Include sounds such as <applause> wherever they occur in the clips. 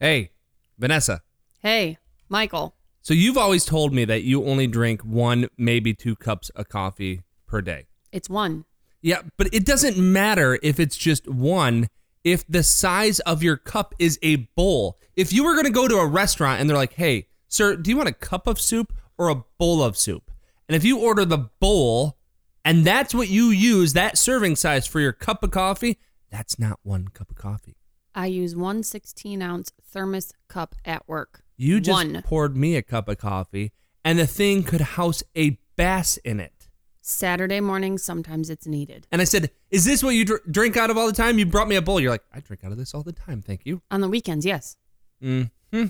Hey, Vanessa. Hey, Michael. So you've always told me that you only drink one, maybe two cups of coffee per day. It's one. Yeah, but it doesn't matter if it's just one. If the size of your cup is a bowl, if you were going to go to a restaurant and they're like, "Hey, sir, do you want a cup of soup or a bowl of soup?" And if you order the bowl, and that's what you use that serving size for your cup of coffee, that's not one cup of coffee. I use one 16 ounce thermos cup at work. You just one poured me a cup of coffee, and the thing could house a bass in it. Saturday morning. Sometimes it's needed. And I said, "Is this what you dr- drink out of all the time? You brought me a bowl. You're like, I drink out of this all the time. Thank you." On the weekends, yes. Mm-hmm.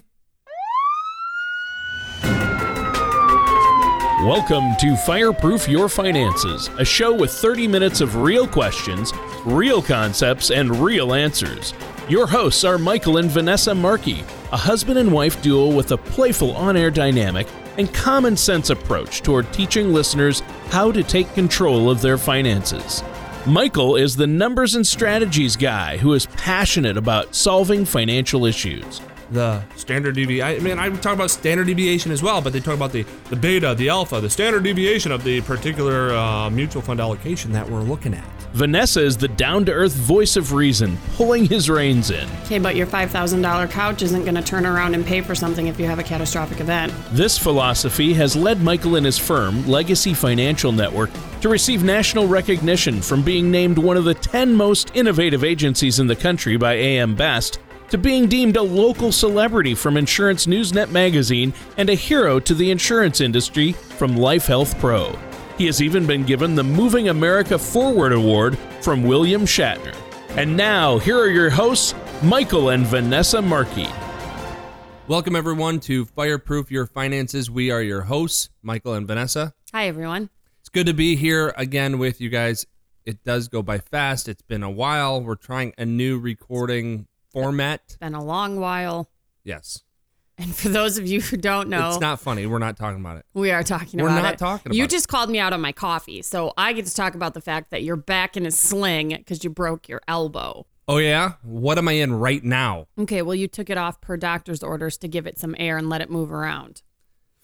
Welcome to Fireproof Your Finances, a show with 30 minutes of real questions, real concepts, and real answers. Your hosts are Michael and Vanessa Markey, a husband and wife duo with a playful on air dynamic and common sense approach toward teaching listeners how to take control of their finances. Michael is the numbers and strategies guy who is passionate about solving financial issues. The standard deviation. I mean, I talk about standard deviation as well, but they talk about the the beta, the alpha, the standard deviation of the particular uh, mutual fund allocation that we're looking at. Vanessa is the down to earth voice of reason, pulling his reins in. Okay, but your $5,000 couch isn't going to turn around and pay for something if you have a catastrophic event. This philosophy has led Michael and his firm, Legacy Financial Network, to receive national recognition from being named one of the 10 most innovative agencies in the country by AM Best to being deemed a local celebrity from Insurance Newsnet magazine and a hero to the insurance industry from Life Health Pro. He has even been given the Moving America Forward Award from William Shatner. And now, here are your hosts, Michael and Vanessa Markey. Welcome everyone to Fireproof Your Finances. We are your hosts, Michael and Vanessa. Hi, everyone. It's good to be here again with you guys. It does go by fast. It's been a while. We're trying a new recording format. Been a long while. Yes. And for those of you who don't know, It's not funny. We're not talking about it. we are talking We're about not it. talking about You it. just called me out on my coffee, so I get to talk about the fact that you're back in a sling because you broke your elbow. Oh yeah? What am I in right now? Okay, well, you took it off per doctor's orders to give it some air and let it move around.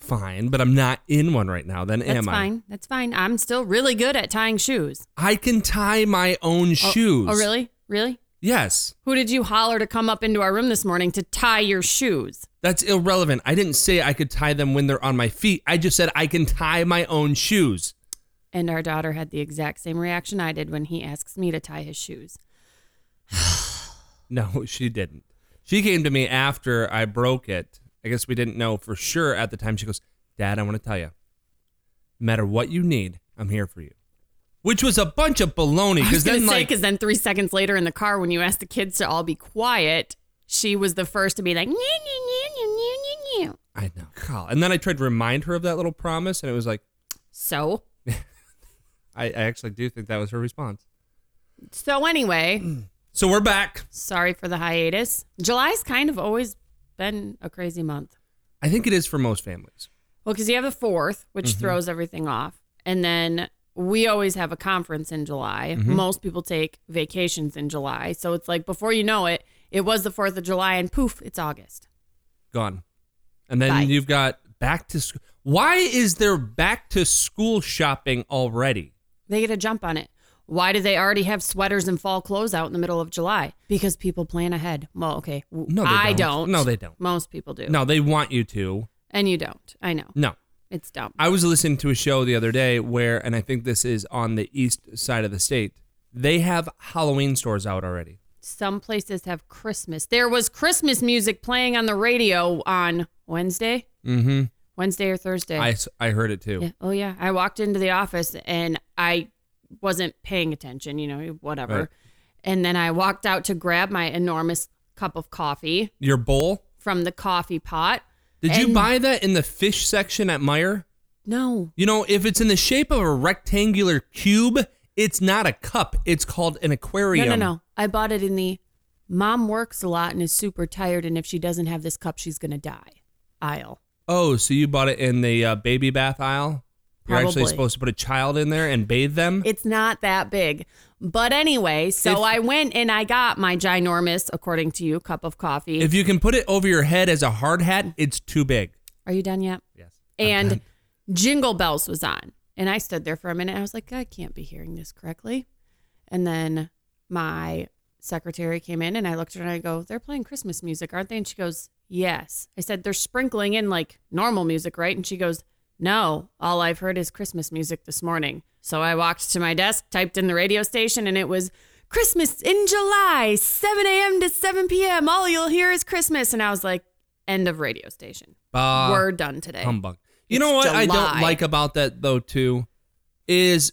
Fine, but I'm not in one right now. Then That's am I? fine. That's fine. I'm still really good at tying shoes. I can tie my own Oh- shoes. Oh, really? Really? Yes. Who did you holler to come up into our room this morning to tie your shoes? That's irrelevant. I didn't say I could tie them when they're on my feet. I just said I can tie my own shoes. And our daughter had the exact same reaction I did when he asks me to tie his shoes. No, <laughs> she didn't. She came to me after I broke it. I guess we didn't know for sure at the time. She goes, Dad, I want to tell you, no matter what you need, I'm here for you. Which was a bunch of baloney. <laughs> I Because was gonna then, say, like, 'cause then three seconds later in the car, when you asked the kids to all be quiet, she was the first to be like, "Nyeh, nyeh, nyeh, nyeh, nyeh, nyeh, nyeh." I know. God. And then I tried to remind her of that little promise, and it was like, so, I, I actually do think that was her response. so anyway, So we're back. sorry for the hiatus. July's kind of always been a crazy month. I think it is for most families. Well, because you have the fourth, which Mm-hmm. throws everything off. And then we always have a conference in July. Mm-hmm. Most people take vacations in July. So it's like before you know it, it was the 4th of July and poof, it's August. Gone. And then Bye. you've got back to school. Why is there back to school shopping already? They get a jump on it. Why do they already have sweaters and fall clothes out in the middle of July? Because people plan ahead. Well, okay. w- No, they I don't. don't. No, they don't. Most people do. No, they want you to. And you don't. I know. No. It's dumb. I was listening to a show the other day where, and I think this is on the east side of the state, they have Halloween stores out already. Some places have Christmas. There was Christmas music playing on the radio on Wednesday, Mm-hmm. Wednesday or Thursday. I, s- I heard it too. Yeah. Oh yeah. I walked into the office and I wasn't paying attention, you know, whatever. Right. And then I walked out to grab my enormous cup of coffee Your bowl? from the coffee pot. Did you And- buy that in the fish section at Meyer? No. You know, if it's in the shape of a rectangular cube, it's not a cup. It's called an No, aquarium. no, no. I bought it in the mom works a lot and is super tired and if she doesn't have this cup she's going to die. Aisle. Oh, so you bought it in the uh, baby bath aisle? You're actually Probably. supposed to put a child in there and bathe them. It's not that big. But anyway, so If- I went and I got my ginormous, according to you, cup of coffee. if you can put it over your head as a hard hat, it's too big. Are you done yet? Yes. and Jingle Bells was on. And I stood there for a minute. I was like, I can't be hearing this correctly. And then my secretary came in and I looked at her and I go, They're playing Christmas music, aren't they? And she goes, Yes. I said, They're sprinkling in like normal music, right? And she goes, No, all I've heard is Christmas music this morning. So I walked to my desk, typed in the radio station, and it was Christmas in July, 7 a.m. to 7 p.m. All you'll hear is Christmas. And I was like, End of radio station. Bah, We're done today. humbug. You It's know what I don't July. like about that though too is,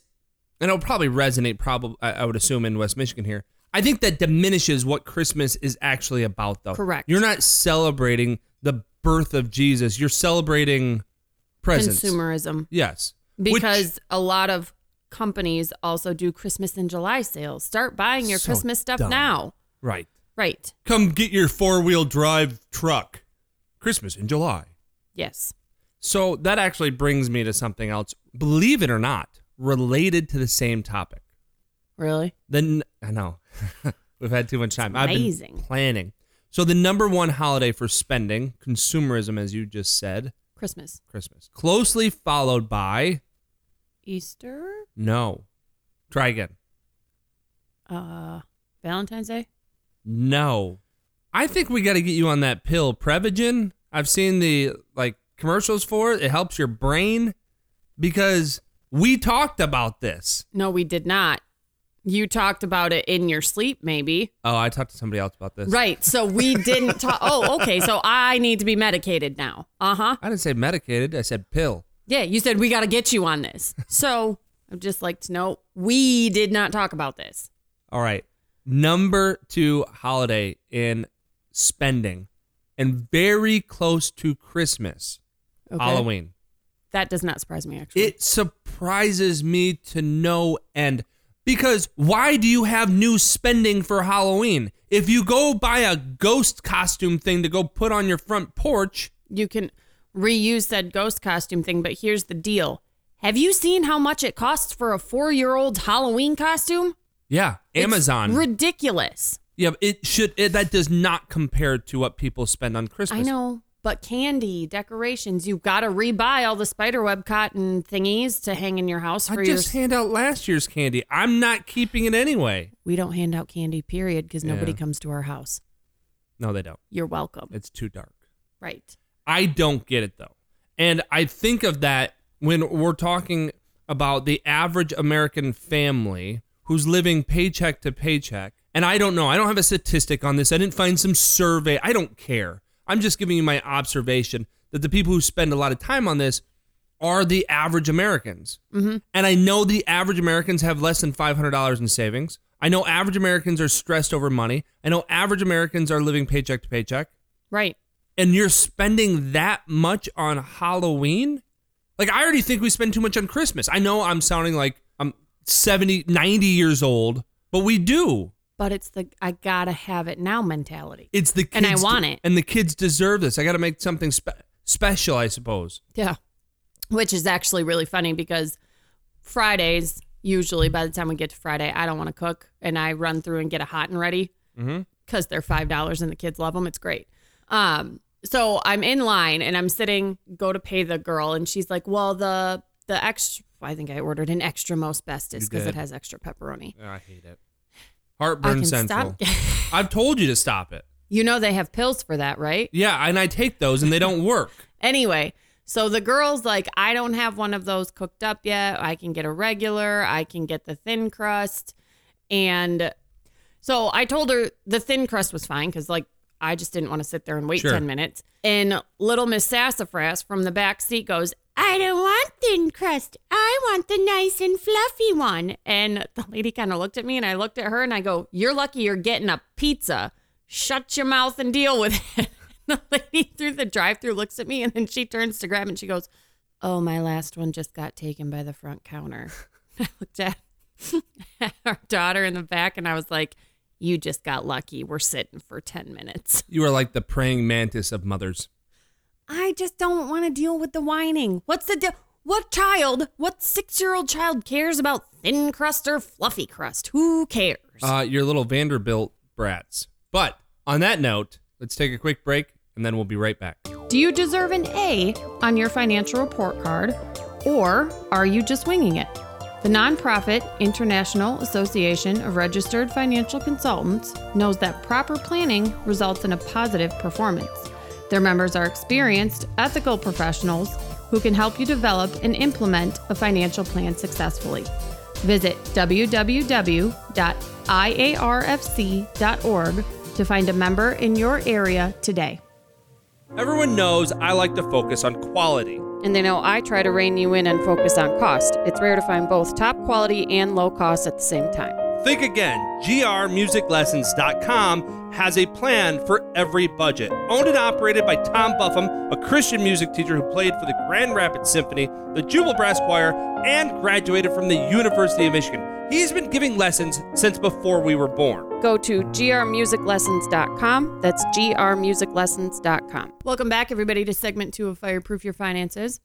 and it'll probably resonate. Probably I, I would assume in West Michigan here. I think that diminishes what Christmas is actually about though. Correct. You're not celebrating the birth of Jesus. You're celebrating presents. consumerism Yes. Which- because a lot of companies also do Christmas in July sales. Start buying your So Christmas stuff dumb. now. right. Right. Come get your four wheel drive truck. Christmas in July. Yes. So that actually brings me to something else, believe it or not, related to the same topic. Really? Then I know <laughs> we've had too much time. I've been amazing. planning. So the number one holiday for spending, consumerism, as you just said, Christmas. Christmas, closely followed by Easter? no. Try again. Uh Valentine's Day? No. I think we got to get you on that pill, Prevagen. I've seen the like commercials for it. It helps your brain because we talked about this. No, we did not. You talked about it in your sleep, maybe. Oh, I talked to somebody else about this. Right. So we didn't <laughs> talk. Oh, okay. So I need to be medicated now. Uh huh. I didn't say medicated. I said pill. Yeah. You said we got to get you on this. So I'd just like to know we did not talk about this. All right. Number two holiday in spending and very close to Christmas, Okay. Halloween. That does not surprise me, actually. It surprises me to no end because why do you have new spending for Halloween? If you go buy a ghost costume thing to go put on your front porch, you can reuse said ghost costume thing, but here's the deal. Have you seen how much it costs for a four year old Halloween costume? yeah, It's Amazon. ridiculous. yeah, it should it, that does not compare to what people spend on Christmas. I know, but candy, decorations, you've got to rebuy all the spiderweb cotton thingies to hang in your house for I your. just hand out last year's candy. I'm not keeping it anyway. we don't hand out candy, period, because nobody Yeah. comes to our house. No, they don't. You're welcome. It's too dark. right. I don't get it though. And I think of that when we're talking about the average American family who's living paycheck to paycheck. And I don't know. I don't have a statistic on this. I didn't find some survey. I don't care. I'm just giving you my observation that the people who spend a lot of time on this are the average Americans. Mm-hmm. And I know the average Americans have less than $500 in savings. I know average Americans are stressed over money. I know average Americans are living paycheck to paycheck Right. and you're spending that much on Halloween? Like I already think we spend too much on Christmas. I know I'm sounding like I'm 70, 90 years old, but we do. But it's the I got to have it now mentality. It's the kids And I want it. And the kids deserve this. I got to make something spe- special, I suppose. Yeah. Which is actually really funny because Fridays, usually by the time we get to Friday, I don't want to cook and I run through and get a hot and ready Mm-hmm. because they're $5 and the kids love them. It's great. Um, so I'm in line and I'm sitting, go to pay the girl, and she's like, Well, the the extra, I think I ordered an extra most bestest You because did. it has extra pepperoni. I hate it. I Heartburn can <laughs> Central. stop. I've told you to stop it. you know, they have pills for that, right? Yeah, and I take those and they don't work. <laughs> Anyway, so the girl's like, I don't have one of those cooked up yet. I can get a regular, I can get the thin crust. And so I told her the thin crust was fine because, like, I just didn't want to sit there and wait Sure. 10 minutes. And little Miss Sassafras from the back seat goes, I don't want thin crust. I want the nice and fluffy one. And the lady kind of looked at me and I looked at her and I go, You're lucky you're getting a pizza. Shut your mouth and deal with it. <laughs> the lady through the drive through looks at me and then she turns to grab it and she goes, Oh, my last one just got taken by the front counter. <laughs> I looked at <laughs> our daughter in the back and I was like, You just got lucky. We're sitting for 10 minutes. You are like the praying mantis of mothers. I just don't want to deal with the whining. What's the deal? What child, what six year old child cares about thin crust or fluffy crust? Who cares? Uh, your little Vanderbilt brats. But on that note, let's take a quick break and then we'll be right back. Do you deserve an A on your financial report card, or are you just winging it? The nonprofit International Association of Registered Financial Consultants knows that proper planning results in a positive performance. Their members are experienced, ethical professionals who can help you develop and implement a financial plan successfully. Visit www.iarfc.org to find a member in your area today. Everyone knows I like to focus on quality. And they know I try to rein you in and focus on cost. It's rare to find both top quality and low cost at the same time. Think again. grmusiclessons.com has a plan for every budget. Owned and operated by Tom Buffum, a Christian music teacher who played for the Grand Rapids Symphony, the Jubal Brass Choir, and graduated from the University of Michigan. He's been giving lessons since before we were born. go to grmusiclessons.com. That's grmusiclessons.com. Welcome back, everybody, to segment two of Fireproof Your Finances.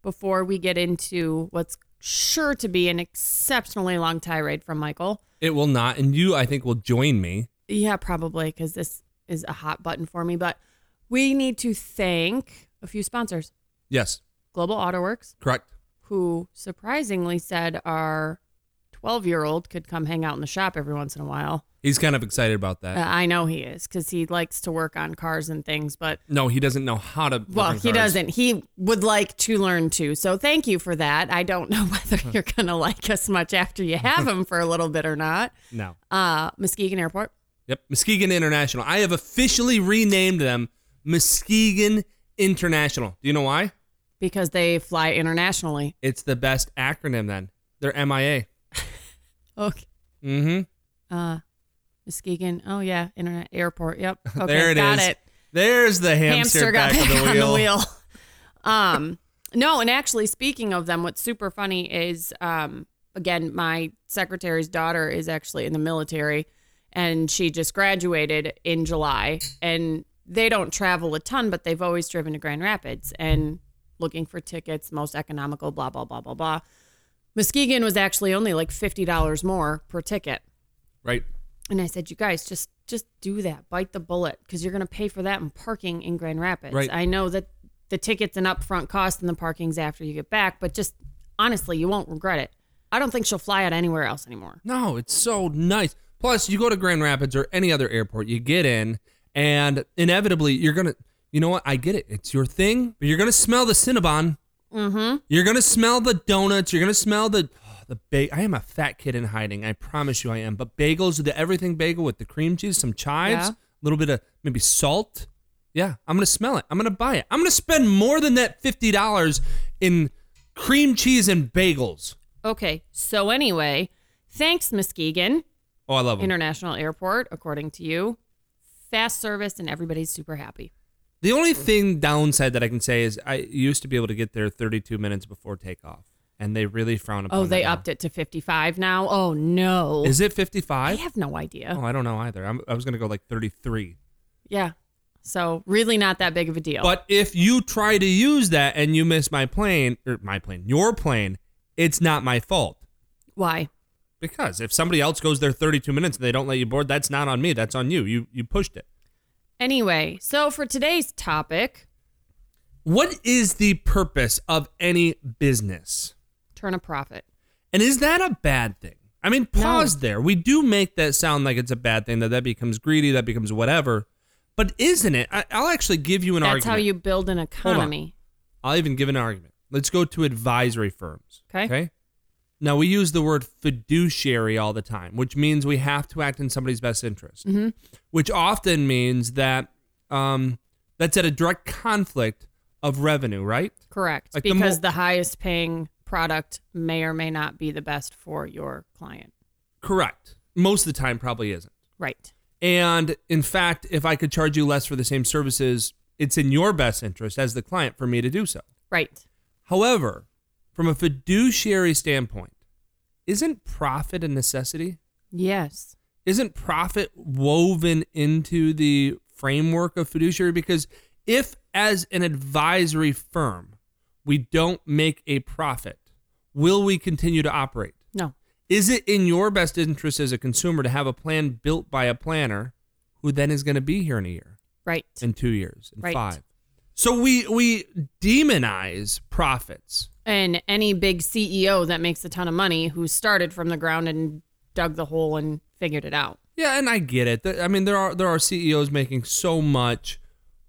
Before we get into what's sure to be an exceptionally long tirade from Michael, It will not, and you, I think, will join me. Yeah, probably because this is a hot button for me. But we need to thank a few sponsors Yes, Global AutoWorks, correct. who surprisingly said our 12 year old could come hang out in the shop every once in a while. He's kind of excited about Uh, that. I know he is because he likes to work on cars and things, but no, he doesn't know how to. work well, on he cars. doesn't. He would like to learn to. So thank you for that. I don't know <laughs> whether you're going to like us much after you <laughs> have him for a little bit or not. No. Uh, Muskegon Airport. Yep, Muskegon International. I have officially renamed them Muskegon International. Do you know why? Because they fly internationally. It's the best acronym then. They're MIA. Okay. Mm-hmm. Uh, Muskegon. Oh yeah, internet airport. <laughs> Yep. Okay, there it is. got it. There's the hamster, back got on, the on wheel. the wheel. <laughs> Um, no, and actually, speaking of them, what's super funny is, um, again, my secretary's daughter is actually in the military, and she just graduated in July, and they don't travel a ton, but they've always driven to Grand Rapids and looking for tickets, most economical, blah blah blah blah blah. Muskegon was actually only like fifty dollars more per ticket. Right. And I said, "You guys, just just do that. Bite the bullet, because you're going to pay for that in parking in Grand Rapids. Right. I know that the ticket's an upfront cost and the parking's after you get back, but just honestly, you won't regret it. I don't think she'll fly out anywhere else anymore. No, it's so nice. Plus, you go to Grand Rapids or any other airport, you get in, and inevitably you're gonna you know what? I get it. It's your thing, but you're gonna smell the Cinnabon. Mm-hmm. You're gonna smell the donuts. You're gonna smell the <sighs> the bag. I am a fat kid in hiding. I promise you, I am. But bagels, the everything bagel with the cream cheese, some chives, a Yeah. little bit of maybe salt. Yeah, I'm gonna smell it. I'm gonna buy it. I'm gonna spend more than that fifty dollars in cream cheese and bagels. Okay. So anyway, thanks Muskegon Oh, I love them. International Airport, according to you, fast service, and everybody's super happy. The only thing downside that I can say is I used to be able to get there 32 minutes before takeoff, and they really frown upon. Oh, they that now. upped it to fifty-five now. Oh no, Is it I 55? have no idea. Oh, I don't know either. I'm, I was gonna go like 33. Yeah. So really, not that big of a deal. But if you try to use that and you miss my plane or my plane, your plane, it's not my fault Why? because if somebody else goes there 32 minutes and they don't let you board, that's not on me. That's on you. You you pushed it. Anyway, so for today's topic, What is the purpose of any business? turn a profit. And is that a bad thing? I mean, pause there. We do make that sound like it's a bad thing that that becomes greedy, that becomes whatever. But isn't it? I, I'll actually give you an That's argument. how you build an on. economy. I'll even give an argument. Let's go to advisory firms. 'Kay. Okay. Now we use the word fiduciary all the time, which means we have to act in somebody's best interest, Mm-hmm. which often means that um, that's at a direct conflict of revenue, right? Correct. Like the mo- because the, highest paying product may or may not be the best for your client. Correct. Most of the time, probably isn't. Right. And in fact, if I could charge you less for the same services, it's in your best interest as the client for me to do so. Right. However, from a fiduciary standpoint, isn't profit a necessity? Yes. Isn't profit woven into the framework of fiduciary? Because if, as an advisory firm, we don't make a profit, will we continue to operate? No. Is it in your best interest as a consumer to have a plan built by a planner who then is going to be here in a year, Right. in two years, in Right. five? So we we demonize profits. And any big CEO that makes a ton of money who started from the ground and dug the hole and figured it out. Yeah, and I get it. There- I mean, there are there are CEOs making so much.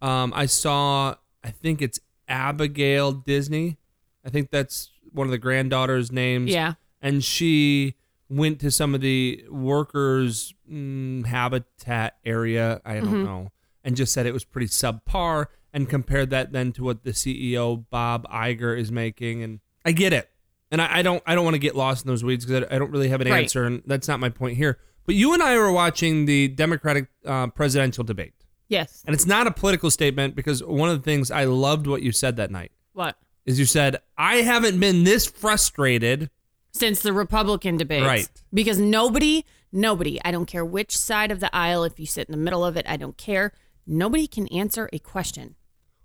Um, I saw, I think it's Abigail Disney. I think that's one of the granddaughters' names. Yeah. and she went to some of the workers' mm, habitat area. I don't know, and just said it was pretty subpar, and compared that then to what the CEO Bob Iger is making. And I get it, and I, I don't I don't want to get lost in those weeds because I, I don't really have an Right. answer, and that's not my point here. But you and I were watching the Democratic uh, presidential debate, Yes. and it's not a political statement because one of the things I loved what you said that night What? is you said I haven't been this frustrated. Since the Republican debates. Right. Because nobody, nobody, I don't care which side of the aisle, if you sit in the middle of it, I don't care. Nobody can answer a question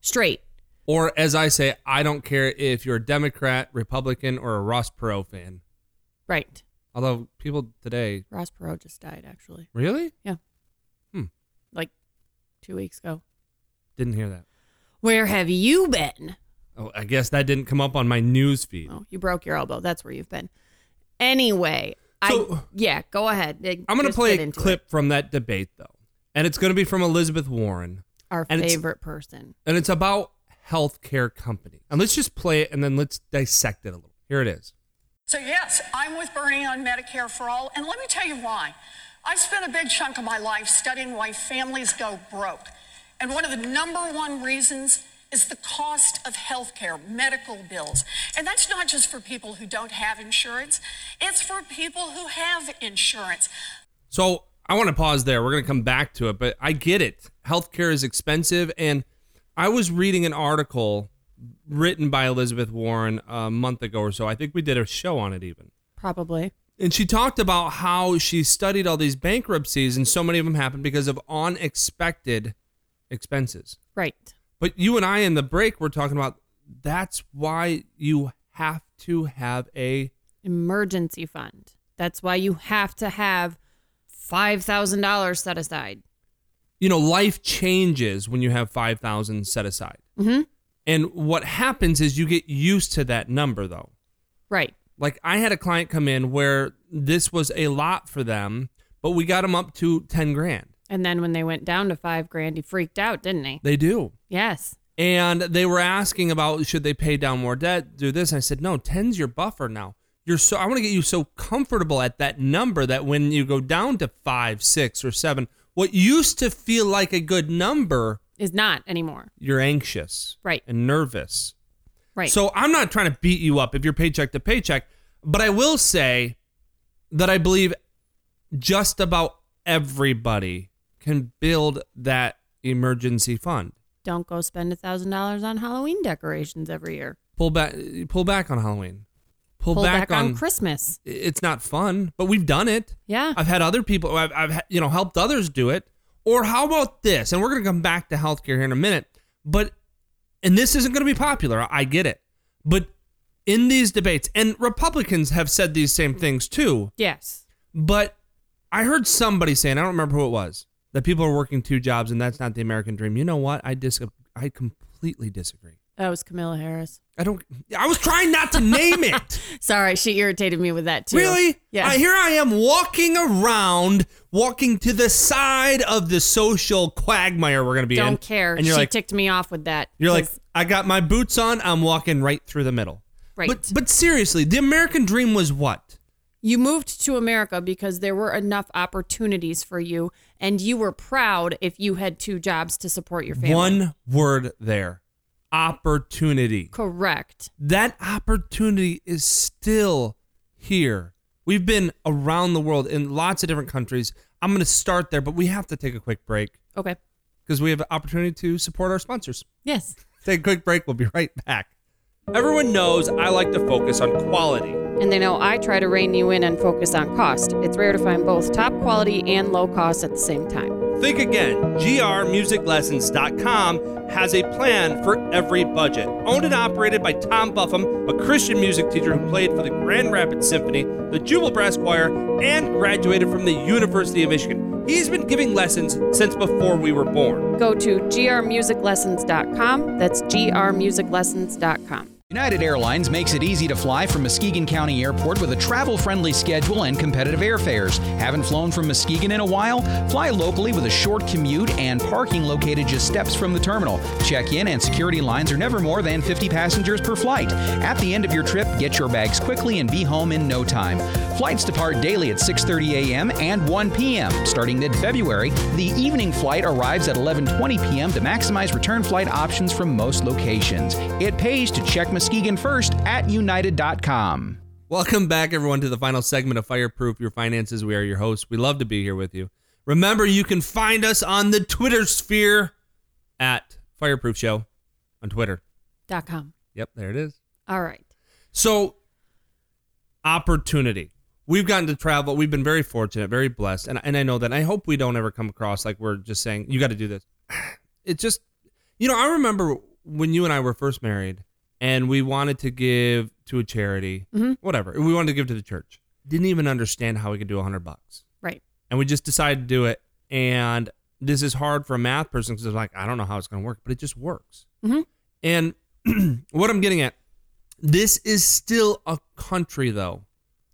straight. Or as I say, I don't care if you're a Democrat, Republican, or a Ross Perot fan. Right. Although people today Ross Perot just died, actually, really like two weeks ago. didn't hear that. Where have you been? Oh, I guess that didn't come up on my news feed. Oh, you broke your elbow. That's where you've been. Anyway, I So- yeah, go ahead. I'm going to Just play get a into clip it. from that debate though, and it's going to be from Elizabeth Warren, Our and it's- favorite person. and it's about healthcare companies. And let's just play it, and then let's dissect it a little. Here it is. So, yes, I'm with Bernie on Medicare for All, and let me tell you why. I spent a big chunk of my life studying why families go broke. And one of the number one reasons is the cost of health care, medical bills. And that's not just for people who don't have insurance, it's for people who have insurance. So I want to pause there. We're going to come back to it, but I get it. Healthcare is expensive. And I was reading an article written by Elizabeth Warren a month ago or so. I think we did a show on it even. Probably. And she talked about how she studied all these bankruptcies, and so many of them happened because of unexpected expenses. Right. But you and I in the break were talking about that's why you have to have a Emergency fund. That's why you have to have five thousand dollars set aside. you know, life changes when you have 5,000 set aside. Mm-hmm. And what happens is you get used to that number, though. Right. Like, I had a client come in where this was a lot for them, but we got them up to 10 grand. And then when they went down to five grand, he freaked out, didn't he? They do. Yes. And they were asking about should they pay down more debt, do this. And I said, no, 10's your buffer now. You're so I want to get you so comfortable at that number that when you go down to five, six, or seven, what used to feel like a good number, Is not anymore. you're anxious Right. and nervous. Right. So I'm not trying to beat you up if you're paycheck to paycheck, but I will say that I believe just about everybody can build that emergency fund. don't go spend a thousand dollars on Halloween decorations every year. Pull back pull back on Halloween. Pull, Pull back, on on Christmas. it's not fun, but we've done it. Yeah. I've had other people, I've, I've ha- you know helped others do it. Or how about this? And we're going to come back to healthcare here in a minute. But and this isn't going to be popular. I get it. But in these debates, and Republicans have said these same things too. Yes. But I heard somebody saying, I don't remember who it was, that people are working two jobs and that's not the American dream. You know what? I dis- I completely disagree. That was Camilla Harris. I don't. I was trying not to name it. Sorry, she irritated me with that too. Really? Yeah. I, here I am walking around, walking to the side of the social quagmire we're gonna be in. Don't care. And you're she like, ticked me off with that. you're like, 'cause- I got my boots on. I'm walking right through the middle. Right. But but seriously, the American dream was what? you moved to America because there were enough opportunities for you, and you were proud if you had two jobs to support your family. One word there, opportunity. Correct. That opportunity is still here. We've been around the world in lots of different countries. I'm gonna start there, but we have to take a quick break Okay. because we have an opportunity to support our sponsors. Yes. Take a quick break. We'll be right back. Everyone knows I like to focus on quality. And they know I try to rein you in and focus on cost. It's rare to find both top quality and low cost at the same time. Think again. grmusiclessons.com has a plan for every budget. Owned and operated by Tom Buffum, a Christian music teacher who played for the Grand Rapids Symphony, the Jubal Brass Choir, and graduated from the University of Michigan. He's been giving lessons since before we were born. Go to grmusiclessons.com. That's grmusiclessons.com. United Airlines makes it easy to fly from Muskegon County Airport with a travel friendly schedule and competitive airfares. Haven't flown from Muskegon in a while? Fly locally with a short commute and parking located just steps from the terminal. Check in and security lines are never more than 50 passengers per flight. At the end of your trip, get your bags quickly and be home in no time. Flights depart daily at 6:30 a.m. and 1 p.m. starting mid-February. The evening flight arrives at 11:20 p.m. to maximize return flight options from most locations. It pays to check Muskegon first at united.com. Welcome back, everyone, to the final segment of Fireproof Your Finances. We are your hosts. We love to be here with you. Remember, you can find us on the Twitter sphere at Fireproof Show on Twitter. Dot com. Yep, there it is. All right. So, opportunity. We've gotten to travel. We've been very fortunate, very blessed, and and I know that. I hope we don't ever come across like we're just saying you got to do this. It just, you know, I remember when you and I were first married, and we wanted to give to a charity, whatever we wanted to give to the church. Didn't even understand how we could do a hundred bucks, Right. and we just decided to do it. And this is hard for a math person because it's like I don't know how it's going to work, but it just works. Mm-hmm. And <clears throat> what I'm getting at, this is still a country though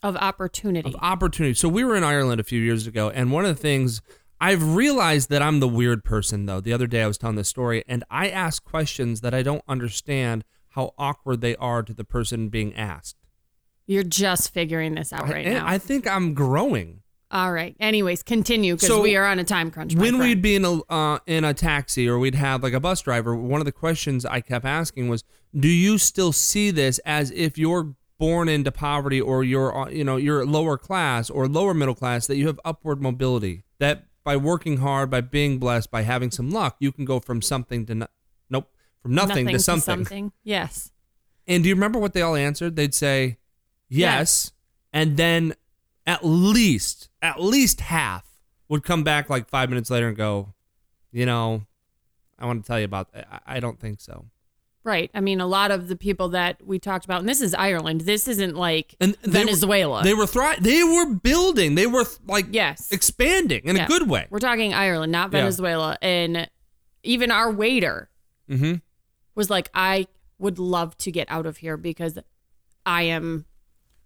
Of opportunity. of opportunity. So we were in Ireland a few years ago, and one of the things I've realized that I'm the weird person though. The other day I was telling this story, and I ask questions that I don't understand how awkward they are to the person being asked. You're just figuring this out right I, and now. I think I'm growing. All right. Anyways, continue because So, we are on a time crunch. my when friend. we'd be in a uh, in a taxi or we'd have like a bus driver, one of the questions I kept asking was, "Do you still see this as if you're born into poverty or you're uh, you know you're lower class or lower middle class that you have upward mobility that by working hard, by being blessed, by having some luck, you can go from something to no- nope from nothing, to something." Yes. And do you remember what they all answered? They'd say yes, and then at least at least half would come back like five minutes later and go, you know, I want to tell you about. I, I don't think so. Right. I mean, a lot of the people that we talked about, and this is Ireland. This isn't like And they were- Venezuela. They were thri- They were building. They were th- like Yes. expanding in Yeah. a good way. We're talking Ireland, not Yeah. Venezuela. And even our waiter Mm-hmm. was like, I would love to get out of here because I am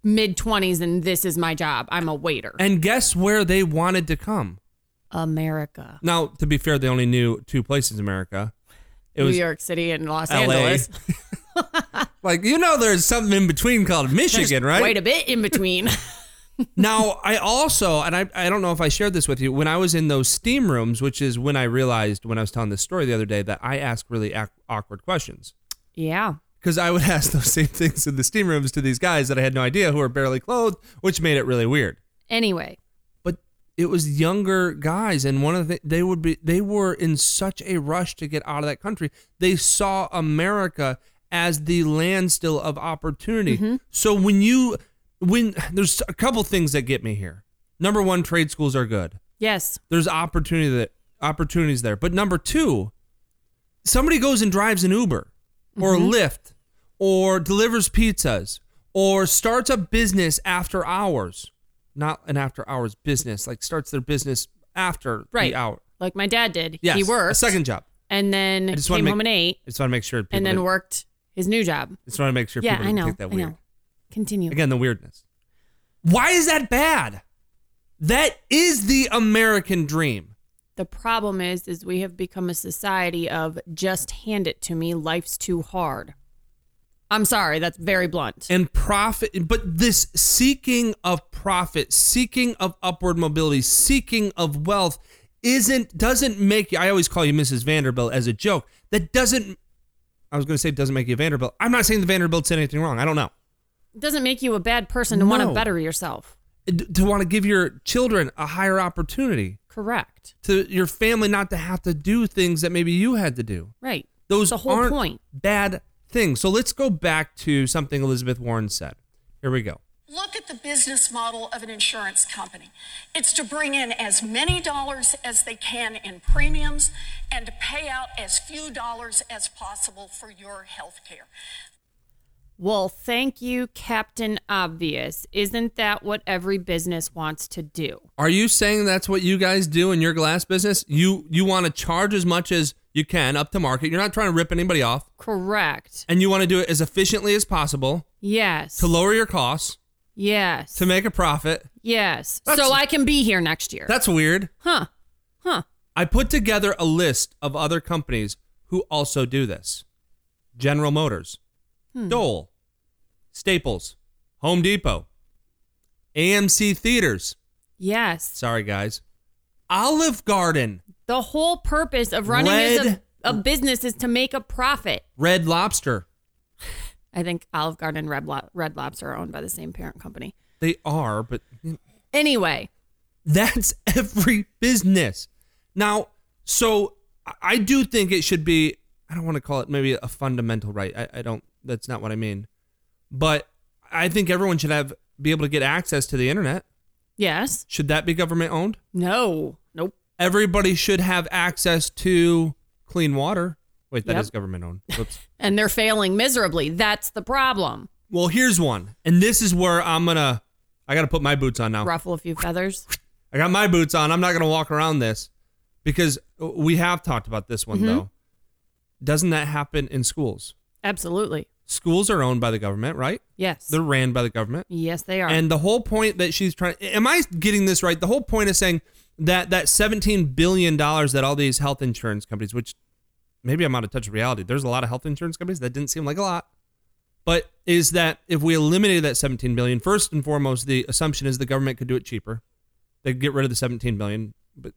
mid 20s and this is my job. I'm a waiter. And guess where they wanted to come? America. Now, to be fair, they only knew two places in America. It New was York City and Los LA, Angeles. like you know, there's something in between called Michigan, right? Quite a bit in between. <laughs> Now, I also, and I, I don't know if I shared this with you, when I was in those steam rooms, which is when I realized when I was telling this story the other day that I ask really ac- awkward questions. yeah. Because I would <laughs> ask those same things in the steam rooms to these guys that I had no idea who were barely clothed, which made it really weird. Anyway, But it was younger guys, and one of the they would be they were in such a rush to get out of that country. They saw America as the land still of opportunity. So when you when there's a couple things that get me here. Number one, trade schools are good. yes. There's opportunity that opportunities there. But number two, somebody goes and drives an Uber or Mm-hmm. Lyft or delivers pizzas or starts a business after hours. Not an after hours business, like starts their business after Right. the hour. Like my dad did. Yes. he A worked. second job. and then I came just wanna make- home and ate I just want to make sure people and then didn't- worked his new job. just want to make sure yeah, people I didn't know. think that I weird. know. Continue. Again, the weirdness. Why is that bad? That is the American dream. The problem is is we have become a society of just hand it to me, life's too hard. I'm sorry, that's very blunt. and profit but this seeking of profit seeking of upward mobility seeking of wealth isn't doesn't make you i always call you mrs vanderbilt as a joke that doesn't i was going to say doesn't make you vanderbilt i'm not saying the vanderbilt said anything wrong i don't know It doesn't make you a bad person to want to No. better yourself. D- to want to give your children a higher opportunity Correct. to your family not to have to do things that maybe you had to do Right. Those the whole aren't point. bad things. So let's go back to something Elizabeth Warren said. Here we go. Look at the business model of an insurance company. It's to bring in as many dollars as they can in premiums and to pay out as few dollars as possible for your health care. Well, thank you, Captain Obvious. Isn't that what every business wants to do? Are you saying that's what you guys do in your glass business? You you want to charge as much as you can up to market. You're not trying to rip anybody off, Correct. and you want to do it as efficiently as possible Yes. to lower your costs Yes. to make a profit. yes. That's- so I can be here next year. That's weird. Huh. Huh. I put together a list of other companies who also do this General Motors, Hmm. Dole, Staples, Home Depot, AMC Theaters. Yes. Sorry, guys. Olive Garden, The whole purpose of running as Red- a, a business is to make a profit. Red Lobster. I think Olive Garden and Red, Lo- Red Lobster are owned by the same parent company. They are, but Anyway, That's <laughs> every business. Now, so I- I do think it should be, I don't want to call it maybe a fundamental right. I, I don't, that's not what I mean. But I think everyone should have, be able to get access to the internet. yes. Should that be government owned? No. Nope. Everybody should have access to clean water. Wait, that is Yep. government owned. Whoops. And they're failing miserably. That's the problem. <laughs> well, here's one. And this is where I'm going to, I got to put my boots on now. Ruffle a few feathers. I got my boots on. I'm not going to walk around this because we have talked about this one though. Doesn't that happen in schools? Absolutely. Schools are owned by the government, right? Yes. They're ran by the government. yes, they are. And the whole point that she's trying am I getting this right? The whole point is saying that that 17 billion dollars that all these health insurance companies which maybe I'm out of touch with reality. There's a lot of health insurance companies that didn't seem like a lot. But is that if we eliminated that 17 billion, first and foremost, the assumption is the government could do it cheaper. They could get rid of the 17 billion, but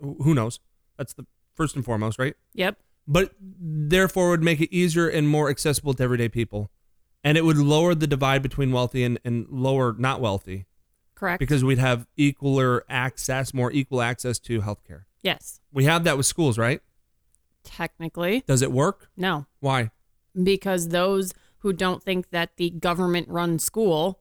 who who knows? That's the first and foremost, right? yep. but therefore would make it easier and more accessible to everyday people. And it would lower the divide between wealthy and, and lower not wealthy Correct. because we'd have equaler access, more equal access to healthcare. yes, We have that with schools, right? technically, Does it work? no, Why? because those who don't think that the government-run school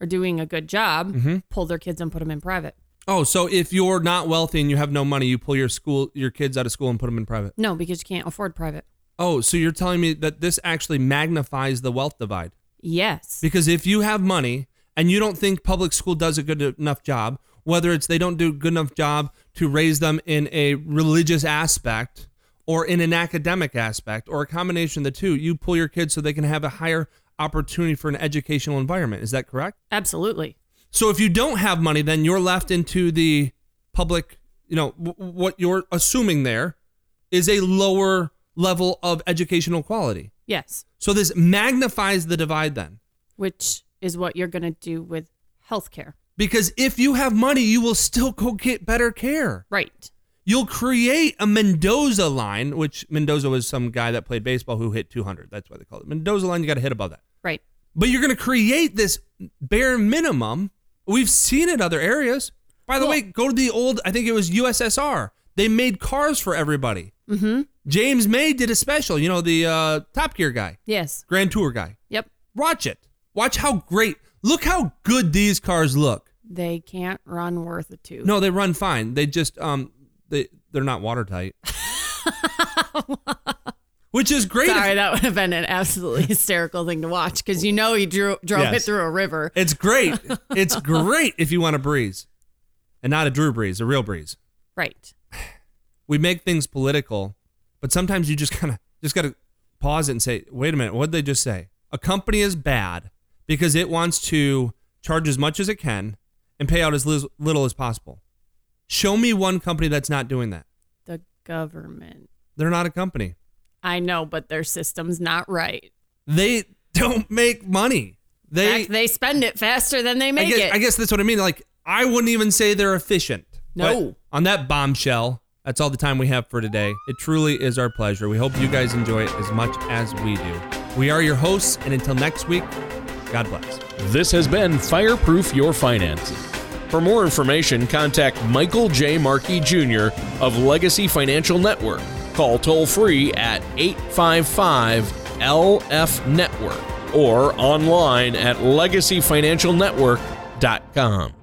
are doing a good job Mm-hmm. pull their kids and put them in private. Oh, so if you're not wealthy and you have no money, you pull your school your kids out of school and put them in private. No, because you can't afford private. Oh, so you're telling me that this actually magnifies the wealth divide. Yes. Because if you have money and you don't think public school does a good enough job, whether it's they don't do a good enough job to raise them in a religious aspect or in an academic aspect or a combination of the two, you pull your kids so they can have a higher opportunity for an educational environment. Is that correct? Absolutely. So if you don't have money, then you're left into the public, you know, w- w- what you're assuming there is a lower level of educational quality. Yes. So this magnifies the divide then. Which is what you're going to do with healthcare. Because if you have money, you will still go get better care. Right. You'll create a Mendoza line, which Mendoza was some guy that played baseball who hit 200. That's why they call it Mendoza line. You got to hit above that. Right. But you're going to create this bare minimum. We've seen it other areas. By the Well- way, go to the old, I think it was USSR. They made cars for everybody. Mm-hmm. James May did a special, you know, the uh, Top Gear guy, Yes. Grand Tour guy. Yep. Watch it. Watch how great, look how good these cars look. They can't run worth a tooth. No, they run fine. They just um they they're not watertight. Which is great. if- Sorry, that would have been an absolutely <laughs> hysterical thing to watch because you know he drew, drove it Yes. through a river. it's great. It's great if you want a breeze. And not a Drew breeze, a real breeze. Right. We make things political, but sometimes you just kind of just got to pause it and say, "Wait a minute, what did they just say?" A company is bad because it wants to charge as much as it can and pay out as lis- little as possible. Show me one company that's not doing that. The government. They're not a company. I know, but their system's not right. they don't make money. They, They, they spend it faster than they make I guess, it. I guess that's what I mean. Like I wouldn't even say they're efficient. No. But on that bombshell, that's all the time we have for today. It truly is our pleasure. We hope you guys enjoy it as much as we do. We are your hosts, and until next week, God bless. This has been Fireproof Your Finances. For more information, contact Michael J. Markey Jr. of Legacy Financial Network. Call toll free at 855 LF Network. or online at legacyfinancialnetwork.com.